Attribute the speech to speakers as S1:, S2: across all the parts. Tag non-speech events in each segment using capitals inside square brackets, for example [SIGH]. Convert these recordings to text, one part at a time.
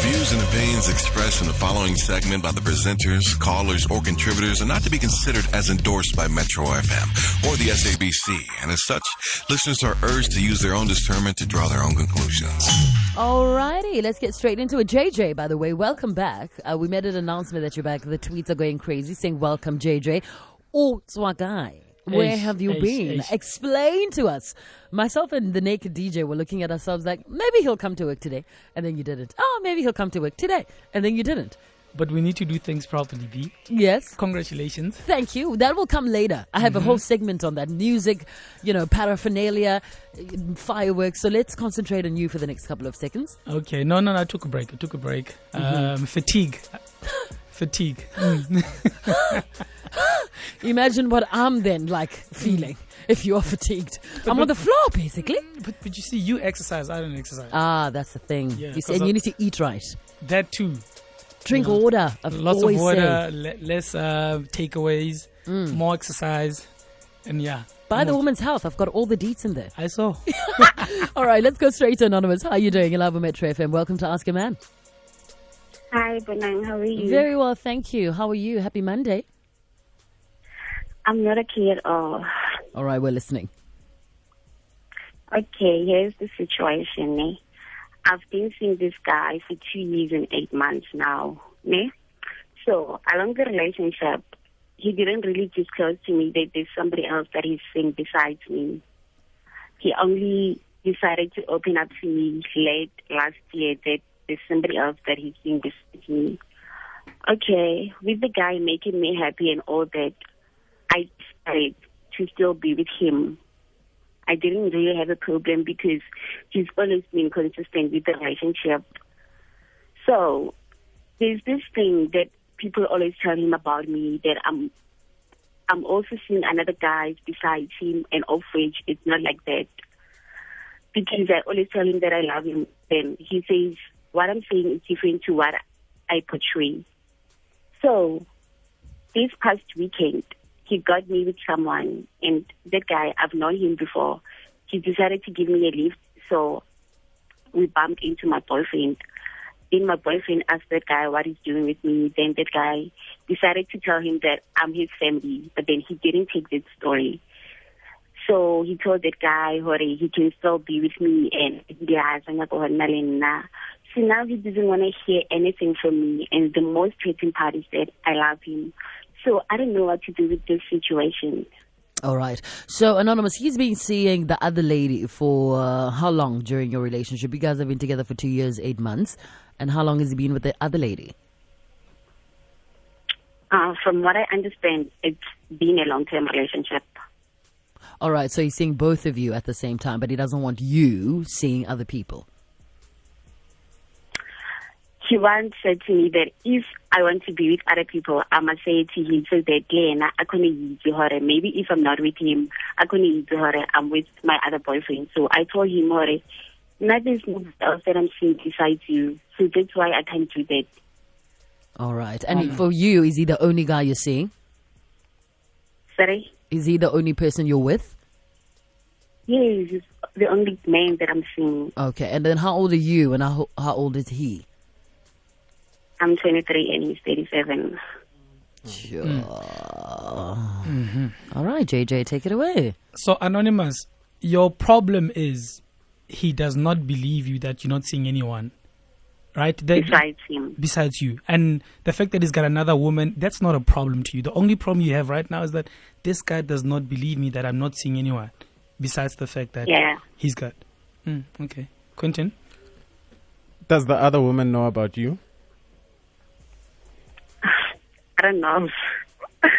S1: views and opinions expressed in the following segment by the presenters, callers, or contributors are not to be considered as endorsed by Metro FM or the SABC, and as such, listeners are urged to use their own discernment to draw their own conclusions.
S2: Alrighty, let's get straight into it. JJ, by the way, welcome back. Uh, we made an announcement that you're back. The tweets are going crazy saying, Welcome, JJ. Oh, Swagai. Where
S3: Eish,
S2: have you
S3: eish,
S2: been?
S3: eish.
S2: Explain to us. Myself and the naked DJ were looking at ourselves like, maybe he'll come to work today. And then you didn't. Oh, maybe he'll come to work today. And then you didn't.
S3: But we need to do things properly, B.
S2: Yes.
S3: Congratulations.
S2: Thank you. That will come later. I
S3: Mm-hmm.
S2: have a whole segment on that music, you know, paraphernalia, fireworks. So let's concentrate on you for the next couple of seconds.
S3: Okay, no, no, no, I took a break. I took a break. Um, fatigue. [LAUGHS] fatigue.
S2: Imagine what I'm then like feeling if you are [LAUGHS] fatigued. I'm on the floor basically.
S3: But, but you see, you exercise, I don't exercise.
S2: Ah, that's the thing.
S3: Yeah,
S2: you see, and
S3: 'cause
S2: you
S3: I-
S2: need to eat right.
S3: Uh, that too.
S2: Drink water. I've
S3: Lots of
S2: always
S3: water,
S2: said.
S3: le- less uh, takeaways, more exercise. And yeah.
S2: By the
S3: more-
S2: woman's health, I've got all the deets in there.
S3: I saw.
S2: All right, let's go straight to Anonymous. How are you doing? Love Metro FM. Welcome to Ask a Man.
S4: Hi, Bonang. How are you?
S2: Very well, thank you. How are you? Happy Monday.
S4: I'm not okay at all.
S2: All right, we're listening.
S4: Okay, here's the situation. Eh? I've been seeing this guy for two years and eight months now. Eh? So, along the relationship, he didn't really disclose to me that there's somebody else that he's seeing besides me. He only decided to open up to me late last year that there's somebody else that he's seeing besides me. Okay, with the guy making me happy and all that, I decided to still be with him. I didn't really have a problem because he's always been consistent with the relationship. So there's this thing that people always tell him about me that I'm I'm also seeing another guys besides him and of which it's not like that. Because I always tell him that I love him then he says what I'm saying is different to what I portray. So this past weekend, he got me with someone, and that guy, I've known him before. He decided to give me a lift, so we bumped into my boyfriend. Then my boyfriend asked that guy what he's doing with me. Then that guy decided to tell him that I'm his family, but then he didn't take that story. So he told that guy, Hori, he can still be with me and yeah, I'm not going to Malena. So now he doesn't want to hear anything from me. And the most hating part is that I love him. So I don't know what to do with this situation.
S2: All right. So, Anonymous, he's been seeing the other lady for uh, how long during your relationship? You guys have been together for two years, eight months. And how long has he been with the other lady?
S4: Uh, from what I understand, it's been a long-term relationship.
S2: All right. So, he's seeing both of you at the same time, but he doesn't want you seeing other people.
S4: He once said to me that if I want to be with other people, I must say to him so that then I can hore. Maybe if I'm not with him, I can hore. I'm with my other boyfriend. So I told him hore, nothing's else that I'm seeing besides you. So that's why I can't do that.
S2: All right. And for you, is he the only guy you're seeing?
S4: Sorry?
S2: Is he the only person you're with?
S4: Yes, he's the only man that I'm seeing.
S2: Okay. And then how old are you and how, how old is he?
S4: I'm 23 and he's 37.
S2: Sure. All right, JJ, take it away.
S3: [LAUGHS] So, Anonymous, your problem is he does not believe you that you're not seeing anyone, right? That-
S4: Besides him.
S3: besides you. And the fact that he's got another woman, that's not a problem to you. The only problem you have right now is that this guy does not believe me that I'm not seeing anyone, besides the fact that
S4: Yeah.
S3: he's got. Mm, okay. Quentin?
S5: Does the other woman know about you?
S4: I don't know. [LAUGHS] but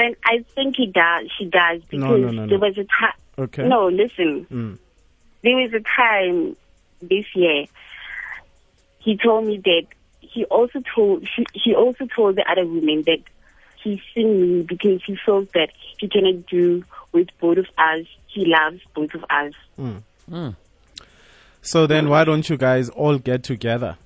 S4: I, I think he does. She does because
S5: No, no, no,
S4: there
S5: no.
S4: was a time.
S5: Okay.
S4: No, listen.
S5: Mm.
S4: There was a time this year. He told me that he also told he, he also told the other women that he's seeing me because he feels that he cannot do with both of us. He loves both of us.
S5: So then why don't you guys all get together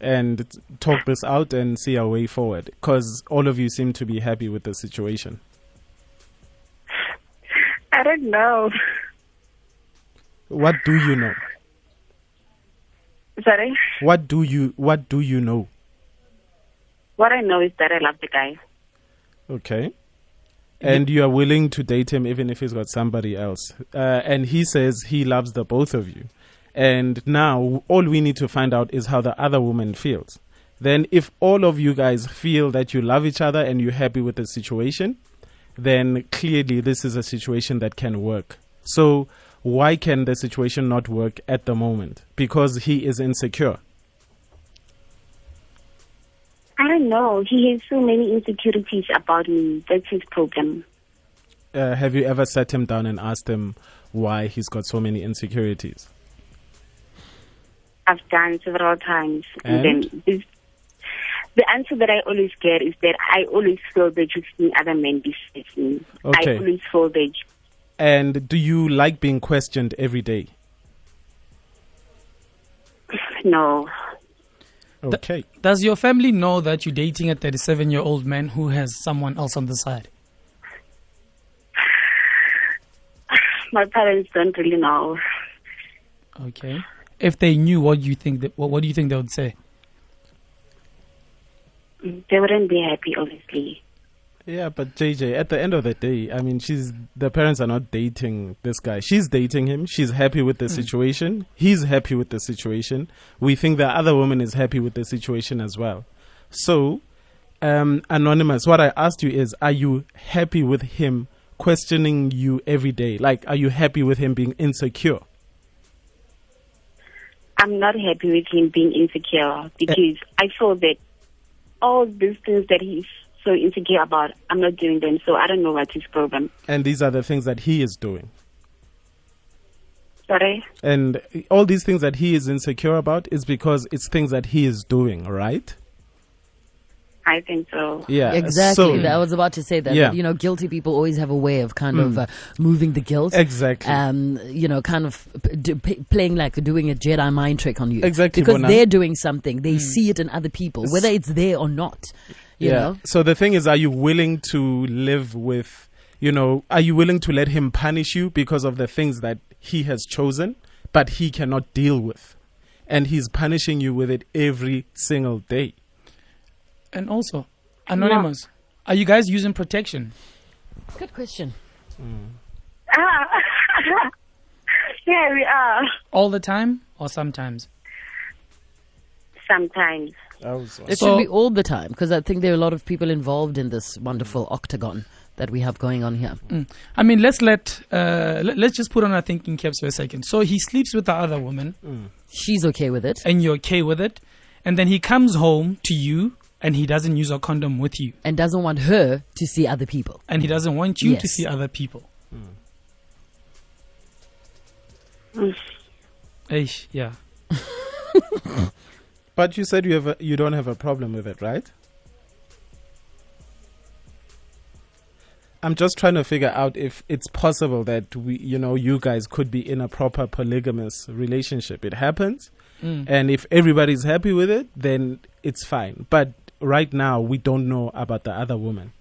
S5: and t- talk this out and see a way forward? Because all of you seem to be happy with the situation.
S4: I don't know.
S5: What do you know?
S4: [LAUGHS] Sorry.
S5: What do you What do you know?
S4: What I know is that I love the guy.
S5: Okay. And you are willing to date him even if he's got somebody else. Uh, and he says he loves the both of you. And now all we need to find out is how the other woman feels. Then, if all of you guys feel that you love each other and you're happy with the situation, then clearly this is a situation that can work. So, why can the situation not work at the moment? Because he is insecure.
S4: I don't know. He has so many insecurities about me. That's his problem.
S5: Uh, have you ever sat him down and asked him why he's got so many insecurities?
S4: I've done several times, and, then
S5: And?
S4: this, the answer that I always get is that I always feel that you've seen other men besides me.
S5: Okay.
S4: I always feel that. you-
S5: And do you like being questioned every day?
S4: No,
S5: Okay.
S3: Does your family know that you're dating a 37 year old man who has someone else on the side?
S4: my parents don't really know.
S3: Okay. If they knew, what do you think? That, what, what do you think they would say?
S4: They wouldn't be happy, obviously.
S5: Yeah, but JJ, at the end of the day, I mean, she's the parents are not dating this guy. She's dating him. She's happy with the situation. He's happy with the situation. We think the other woman is happy with the situation as well. So, um, anonymous, what I asked you is, are you happy with him questioning you every day? Like, are you happy with him being insecure?
S4: I'm not happy with him being insecure because I feel that all these things that he's so insecure about, I'm not doing them, so I don't know what's his problem.
S5: And these are the things that he is doing.
S4: Sorry?
S5: And all these things that he is insecure about is because it's things that he is doing, right?
S4: I think so.
S5: Yeah,
S2: Exactly.
S5: so-
S2: I was about to say that.
S5: Yeah. Mm.
S2: You know, guilty people always have a way of kind of uh, moving the guilt.
S5: Exactly.
S2: Um, you know, kind of p- d- p- playing like doing a Jedi mind trick on you.
S5: Exactly,
S2: Because
S5: Bona. Mm.
S2: they're doing something. They see it in other people, whether it's there or not. You know?
S5: So the thing is, are you willing to live with, you know, are you willing to let him punish you because of the things that he has chosen, but he cannot deal with? And he's punishing you with it every single day.
S3: And also, anonymous, are you guys using protection?
S2: Good question.
S4: Ah. yeah, we are.
S3: all the time or sometimes?
S4: Sometimes. [SIGHS]
S2: It
S3: So-
S2: should be all the time because I think there are a lot of people involved in this wonderful octagon that we have going on here.
S3: I mean, let's let uh, let, us just put on our thinking caps for a second. So he sleeps with the other woman,
S2: She's okay with it.
S3: and you're okay with it, and then he comes home to you, and he doesn't use a condom with you,
S2: and doesn't want her to see other people.
S3: and he doesn't want you to
S2: Yes.
S3: see other people. Eish, yeah.
S5: But you said you have a, you don't have a problem with it, right? I'm just trying to figure out if it's possible that we, you know, you guys could be in a proper polygamous relationship. It happens,
S3: Mm.
S5: and if everybody's happy with it, then it's fine. But right now, we don't know about the other woman.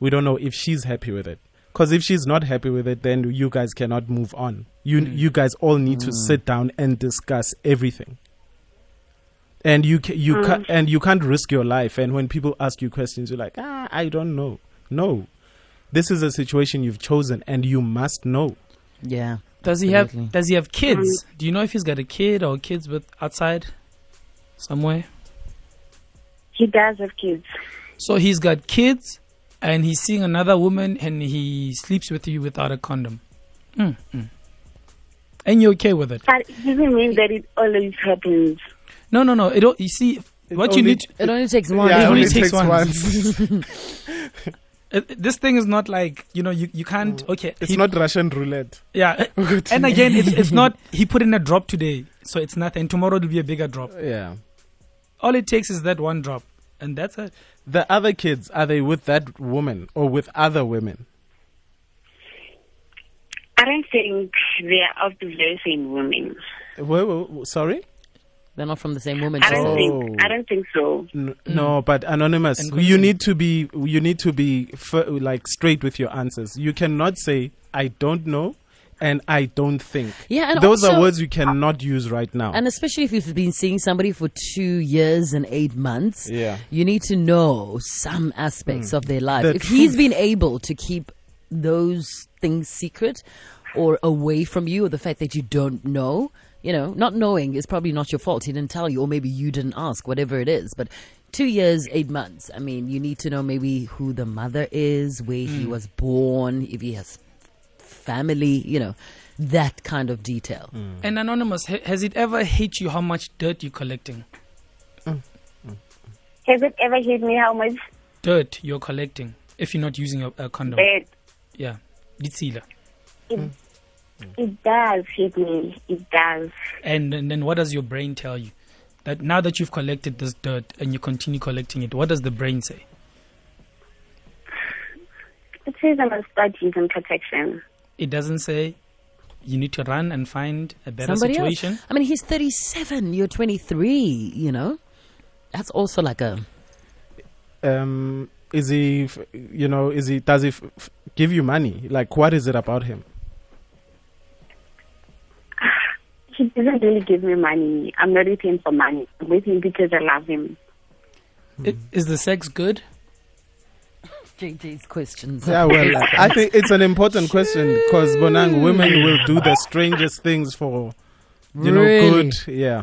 S5: We don't know if she's happy with it. Because if she's not happy with it, then you guys cannot move on. You
S3: Mm.
S5: you guys all need to sit down and discuss everything and you ca- you
S3: Mm.
S5: ca- and you can't risk your life. And when people ask you questions, you're like, ah, I don't know. No, this is a situation you've chosen, and you must know.
S2: Yeah.
S3: Does he have
S2: Absolutely.
S3: Does he have kids? Do you know if he's got a kid or kids with outside somewhere?
S4: He does have kids.
S3: So he's got kids, and he's seeing another woman, and he sleeps with you without a condom. Mm, mm. And you're okay with it?
S4: But it doesn't mean that it always happens.
S3: No, no, no. It all, you see what you
S5: only-
S3: need. To,
S2: It only takes one.
S3: it
S5: Yeah,
S3: only
S5: only
S3: takes
S5: takes
S3: one.
S5: once.
S3: it- it- Uh, this thing is not like you know you, you can't. Okay,
S5: Mm. it's
S3: he-
S5: not Russian roulette. [LAUGHS]
S3: Yeah, and again, it's it's not. He put in a drop today, so it's nothing. Tomorrow it'll be a bigger drop.
S5: Yeah.
S3: All it takes is that one drop, and that's it.
S5: The other kids are they with that woman or with other women?
S4: I don't think they're of the very same woman.
S5: Whoa, whoa, whoa, sorry.
S2: They're not from the same woman.
S4: I don't
S2: so-
S4: think. I don't think so.
S5: N-
S2: Mm.
S5: No, but anonymous.
S3: And
S5: You
S3: continue.
S5: need to be you need to be f- like straight with your answers. You cannot say I don't know, and I don't think.
S2: Yeah, and
S5: those
S2: also-
S5: are words you cannot use right now.
S2: And especially if you've been seeing somebody for two years and eight months,
S5: Yeah. Hmm.
S2: you need to know some aspects of their life.
S5: The
S2: if he's been able to keep those things secret or away from you, or the fact that you don't know, you know, not knowing is probably not your fault. He didn't tell you, or maybe you didn't ask, whatever it is. But two years, eight months, I mean, you need to know maybe who the mother is, where
S5: Hmm.
S2: he was born, if he has family, you know, that kind of detail.
S5: Mm.
S3: And anonymous, ha- has it ever hit you how much dirt you're collecting?
S4: Has it ever hit me how much
S3: Dirt you're collecting if you're not using a, a condom.
S2: Eh.
S4: bad
S3: Yeah, Ditsila.
S4: it does hit me? It does.
S3: And, and then what does your brain tell you? That now that you've collected this dirt and you continue collecting it, what does the brain say?
S4: It says I must start using protection.
S3: It doesn't say you need to run and find a better
S2: somebody
S3: situation.
S2: else. I mean, he's 37, you're 23, you know? That's also like a.
S5: um, is he, f- you know, is he, does he f- f- give you money? Like, what is it about him?
S4: He doesn't really give me money. I'm not with him for money. I'm with him because I love him.
S3: I- Is the sex good?
S2: JJ's questions.
S5: Yeah, well, I think it's an important question because Bonang women will do the strangest things for, you know,
S2: Really? [LAUGHS]
S5: good. Yeah.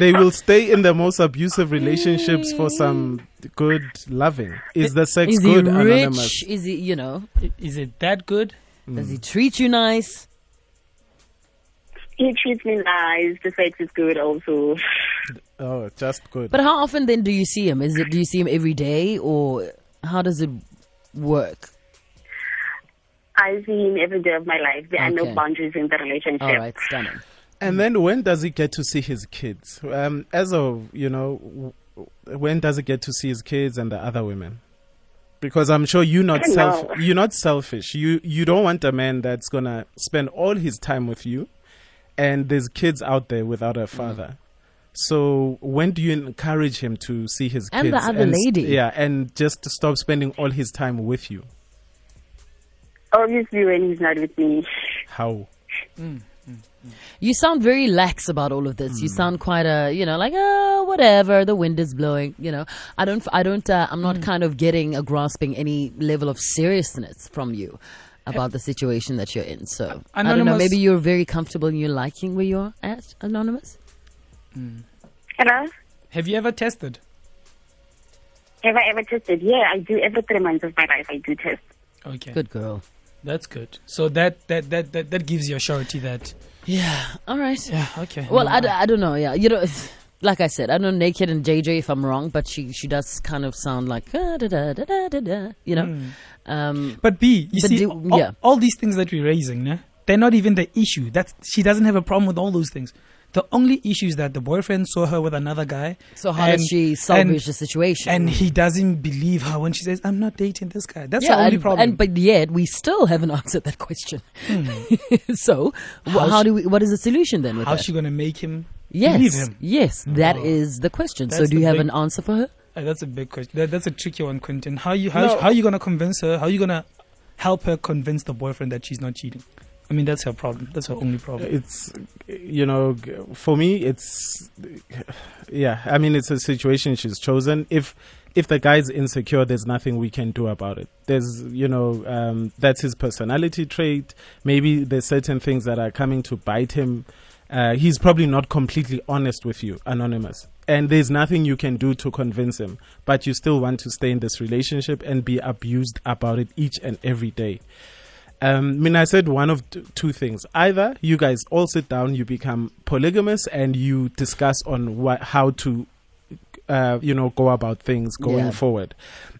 S5: They will stay in the most abusive relationships for some good loving. Is the sex
S2: Is he
S5: good?
S2: rich?
S5: Anonymous. Hmm.
S2: Is he, you know,
S3: I- Is it that good?
S2: does he treat you nice?
S4: He treats me nice. The sex is good also. [LAUGHS]
S5: Oh, just good.
S2: But how often then do you see him? Is it, do you see him every day or how does it work?
S4: I see him every day of my life. There are
S2: Okay.
S4: no boundaries in the relationship.
S2: All right, stunning. Mm.
S5: And then when does he get to see his kids? Um, as of, you know, w- w- when does he get to see his kids and the other women? Because I'm sure you're not
S4: I don't
S5: self-
S4: know.
S5: you're not selfish. You you don't want a man that's gonna spend all his time with you, and there's kids out there without
S2: Mm.
S5: a father. So when do you encourage him to see his
S2: And the
S5: kids
S2: other
S5: s-
S2: lady.
S5: Yeah, and just to stop spending all his time with you.
S4: Obviously, when he's not with me.
S5: How?
S2: You sound very lax about all of this. You sound quite a, you know, like oh, whatever. The wind is blowing. You know, I don't, I don't, uh, I'm not kind of getting a grasping any level of seriousness from you about the situation that you're in. So I don't know.
S3: Anonymous-
S2: Maybe you're very comfortable and you're liking where you're at, anonymous.
S4: Hello?
S3: Have you ever tested?
S4: Have I ever tested? Yeah, I do. Every three months of my life, I do test.
S3: Okay,
S2: Good girl.
S3: that's good. So that that that that, that gives you a surety that
S2: Yeah. All right.
S3: yeah okay.
S2: Well,
S3: no,
S2: I, d- I don't know. Yeah, you know, [SIGHS] like I said, I don't know Naked and JJ if I'm wrong, but she she does kind of sound like ah, da da da da da da. You know. Um,
S3: But B, you
S2: But
S3: see,
S2: do-
S3: all,
S2: yeah.
S3: all these things that we're raising, nah, they're not even the issue. That's she doesn't have a problem with all those things. The only issue is that the boyfriend saw her with another guy.
S2: so how does she salvage
S3: and,
S2: the situation?
S3: and he doesn't believe her when she says, "I'm not dating this guy." That's the
S2: and,
S3: only problem. Hmm.
S2: and but yet we still haven't [LAUGHS] answered that question. [LAUGHS] so wh- how,
S3: she-
S2: do we? What is the solution then? With
S3: how's
S2: that?
S3: she gonna make him
S2: yes,
S3: believe him? Hmm.
S2: yes, that is the question. so
S3: That's
S2: do you
S3: the
S2: have
S3: big-
S2: an answer for her?
S3: Uh, that's a big question. That, that's a tricky one, Quentin. How you how,
S5: No.
S3: how you gonna convince her? How you gonna help her convince the boyfriend that she's not cheating? I mean, that's her problem. That's her only problem.
S5: it's you know g- for me it's yeah i mean it's a situation she's chosen if if the guy's insecure there's nothing we can do about it there's you know um, that's his personality trait maybe there's certain things that are coming to bite him uh, he's probably not completely honest with you anonymous and there's nothing you can do to convince him but you still want to stay in this relationship and be abused about it each and every day um, I mean, I said one of t- two things. Either you guys all sit down, you become polygamous, and you discuss on what how to, uh, you know, go about things going
S2: Yeah.
S5: forward.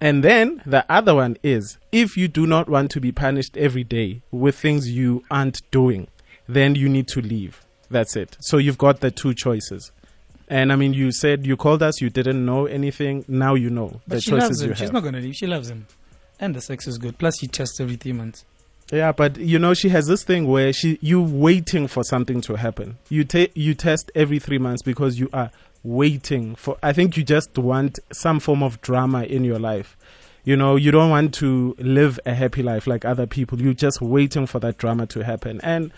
S5: And then the other one is if you do not want to be punished every day with things you aren't doing, then you need to leave. That's it. So you've got the two choices. And I mean, you said you called us, you didn't know anything. Now you know
S3: but
S5: the
S3: she
S5: choices
S3: loves
S5: you
S3: him.
S5: have.
S3: She's not gonna leave. She loves him, and the sex is good. Plus, she tests every three months.
S5: Yeah, but you know she has this thing where she you waiting for something to happen. You take you test every three months because you are waiting for. I think you just want some form of drama in your life. you know you don't want to live a happy life like other people you're just waiting for that drama to happen and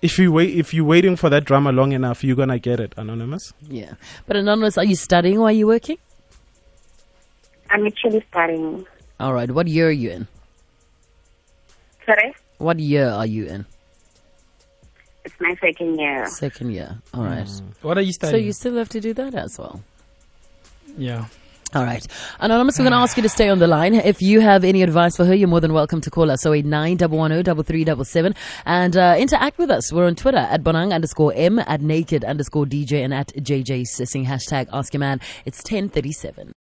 S5: if you wait if you're waiting for that drama long enough you're gonna get it anonymous
S2: Yeah. But anonymous, are you studying while you're working?
S4: I'm actually studying.
S2: All right. What year are you in?
S4: Sorry?
S2: What year are you in?
S4: It's my second year.
S2: Second year. All right.
S3: What are you
S2: So
S3: Hmm. studying?
S2: you still have to do that as well.
S3: yeah.
S2: All right. Anonymous, we're going to ask you to stay on the line. If you have any advice for her, you're more than welcome to call us. So 089-110-3377 and uh, interact with us. We're on Twitter at Bonang underscore M, at Naked underscore DJ, and at JJ Sissing. Hashtag Ask Your Man. It's 1037.